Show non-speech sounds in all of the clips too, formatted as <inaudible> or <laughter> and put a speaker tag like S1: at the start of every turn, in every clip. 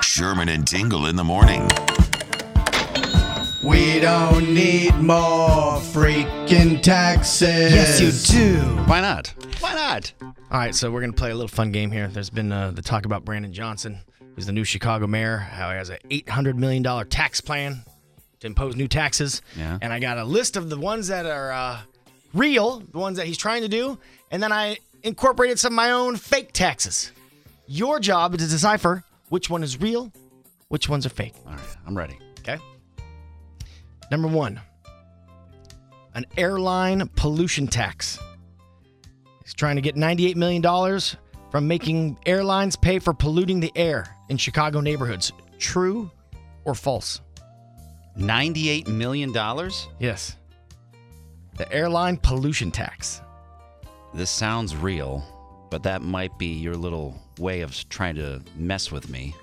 S1: Sherman and Tingle in the morning.
S2: We don't need more freaking taxes.
S3: Yes, you do.
S4: Why not?
S3: Why not? All right, so we're going to play a little fun game here. There's been uh, the talk about Brandon Johnson, who's the new Chicago mayor, how he has an $800 million tax plan to impose new taxes.
S4: Yeah.
S3: And I got a list of the ones that are uh, real, the ones that he's trying to do, and then I incorporated some of my own fake taxes. Your job is to decipher which one is real, which ones are fake.
S4: All right, I'm ready.
S3: Okay. Number one, an airline pollution tax. He's trying to get $98 million from making airlines pay for polluting the air in Chicago neighborhoods. True or false?
S4: $98 million? This
S3: Yes. The airline pollution tax.
S4: sounds real, but that might be your little way of s- trying to mess with me.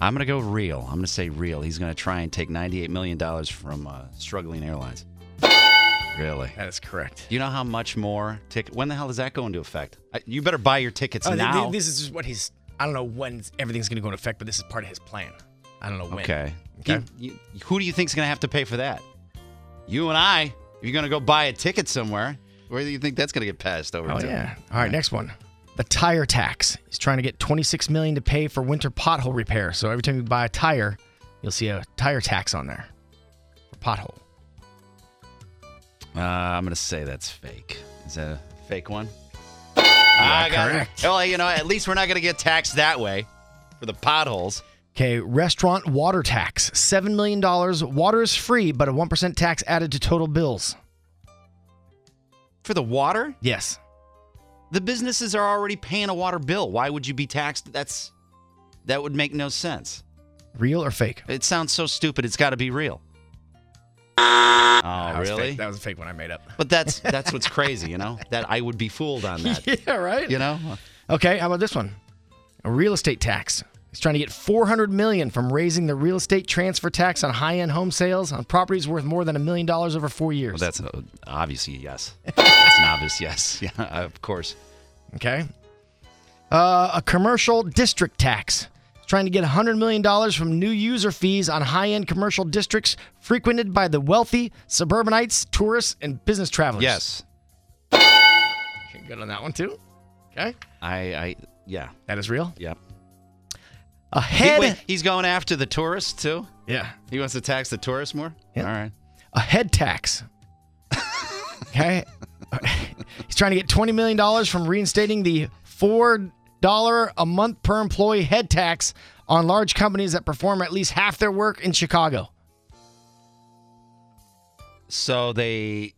S4: I'm going to go real. I'm going to say real. He's going to try and take $98 million from uh, struggling airlines. Really?
S3: That is correct.
S4: You know how much more ticket? When the hell does that go into effect? I, you better buy your
S3: Oh,
S4: tickets now.
S3: This is what he's. I don't know when everything's going to go into effect, but this is part of his plan. I don't know when.
S4: okay.
S3: Okay.
S4: You- you- who do you think's going to have to pay for that? You and I. If you're going to go buy a ticket somewhere, where do you think that's going to get passed over
S3: Oh
S4: to?
S3: yeah. All right, next one. The tire tax. He's trying to get 26 million to pay for winter pothole repair. So every time you buy a tire, you'll see a tire tax on there for pothole.
S4: Uh, I'm gonna say that's fake. Is that a fake one? I got it.
S3: correct.
S4: Well, you know, at least we're not gonna get taxed that way for the potholes.
S3: Okay, restaurant water tax. 7 million dollars. Water is free, but a 1% tax added to total bills.
S4: For the water,
S3: Yes.
S4: the businesses are already paying a water bill. Why would you be taxed? That's that would make no sense.
S3: Real or fake?
S4: It sounds so stupid. It's got to be real. Oh,
S3: Ah. That was
S4: really?
S3: fake. That was a fake one I made up.
S4: But that's that's what's crazy, you know. That I would be fooled
S3: <laughs>
S4: on that,
S3: yeah, right?
S4: you know.
S3: Okay, how about this one? A real estate tax. He's trying to get 400 million from raising the real estate transfer tax on high-end home sales on properties worth more than a million dollars over 4 years.
S4: Well, that's an, obviously a yes. That's an obvious yes. <laughs> Yeah, of course.
S3: Okay. Uh, a commercial district tax. It's trying to get $100 million from new user fees on high end commercial districts frequented by the wealthy, suburbanites, tourists, and business travelers.
S4: Yes.
S3: Okay, Good on that one, too. Okay.
S4: I, I yeah,
S3: That is real.
S4: yep.
S3: A
S4: He-
S3: head.
S4: wait, he's going after the tourists too.
S3: yeah.
S4: He wants to tax the tourists more.
S3: Yeah.
S4: All right.
S3: A head tax. okay. He's trying to get $20 million from reinstating the $4 a month per employee head tax on large companies that perform at least half their work in Chicago.
S4: So they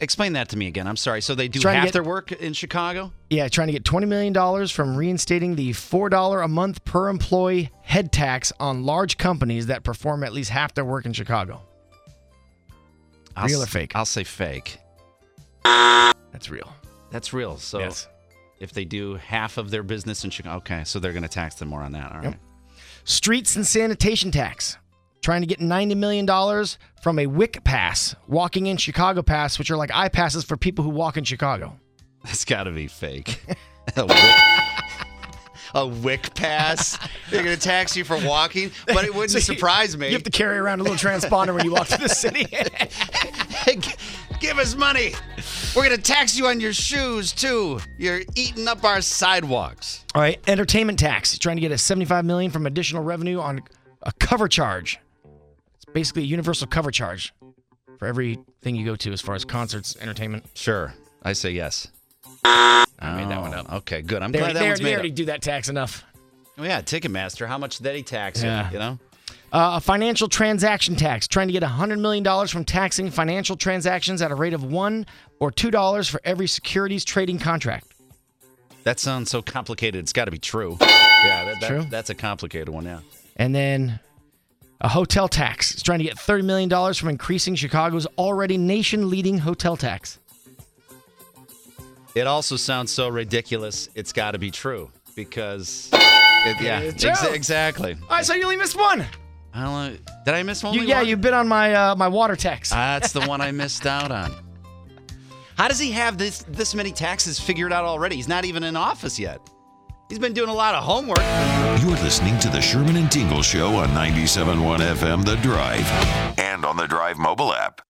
S4: explain that to me again. I'm sorry. So they do
S3: Trying to
S4: half
S3: get-
S4: their work in Chicago.
S3: Yeah, trying to get $20 million from reinstating the $4 a month per employee head tax on large companies that perform at least half their work in Chicago.
S4: I'll
S3: Real
S4: s-
S3: or fake?
S4: I'll say fake.
S3: That's real.
S4: That's real. So
S3: Yes.
S4: if they do half of their business in Chicago, okay, so they're going to tax them more on that. All right. <laughs>
S3: Yep. Streets and sanitation tax. Trying to get $90 million from a WIC pass, walking in Chicago pass, which are like eye passes for people who walk in Chicago.
S4: That's got to be fake. <laughs> a wick. A
S3: <laughs>
S4: wick pass. They're going to tax you for walking, but it wouldn't
S3: So you-
S4: surprise me.
S3: You have to carry around a little transponder when you walk through the
S4: <laughs>
S3: city.
S4: G- Give us money. We're going to tax you on your shoes, too. You're eating up our sidewalks.
S3: All right, entertainment tax. Trying to get a 75 million from additional revenue on a cover charge. It's basically a universal cover charge for everything you go to as far as concerts, entertainment.
S4: Sure. I say yes. I made that one up. Okay, good. I'm
S3: They,
S4: Oh. glad
S3: already-
S4: that
S3: they
S4: one's
S3: already, they
S4: made
S3: already
S4: up.
S3: do that tax enough.
S4: Oh, yeah, Ticketmaster. How much did he tax
S3: Yeah.
S4: you? You know?
S3: Uh, a financial transaction tax. Trying to get $100 million from taxing financial transactions at a rate of 1 or $2 for every securities trading contract.
S4: That sounds so complicated. It's got to be true. yeah, that, that,
S3: True.
S4: that's a complicated one, yeah.
S3: And then A hotel tax is trying to get $30 million from increasing Chicago's already nation leading hotel tax.
S4: It also sounds so ridiculous. It's got to be true because, it, yeah,
S3: It's
S4: ex-
S3: true.
S4: exactly.
S3: All right, so you only missed one.
S4: I don't. know. Did I miss one?
S3: You, yeah,
S4: one?
S3: you bid on my uh, my water tax.
S4: That's the one I missed out on. How does he have this this many taxes figured out already? He's not even in office yet. He's been doing a lot of homework.
S1: You're listening to the Sherman and Tingle Show on 97.1 FM The Drive and on the Drive mobile app.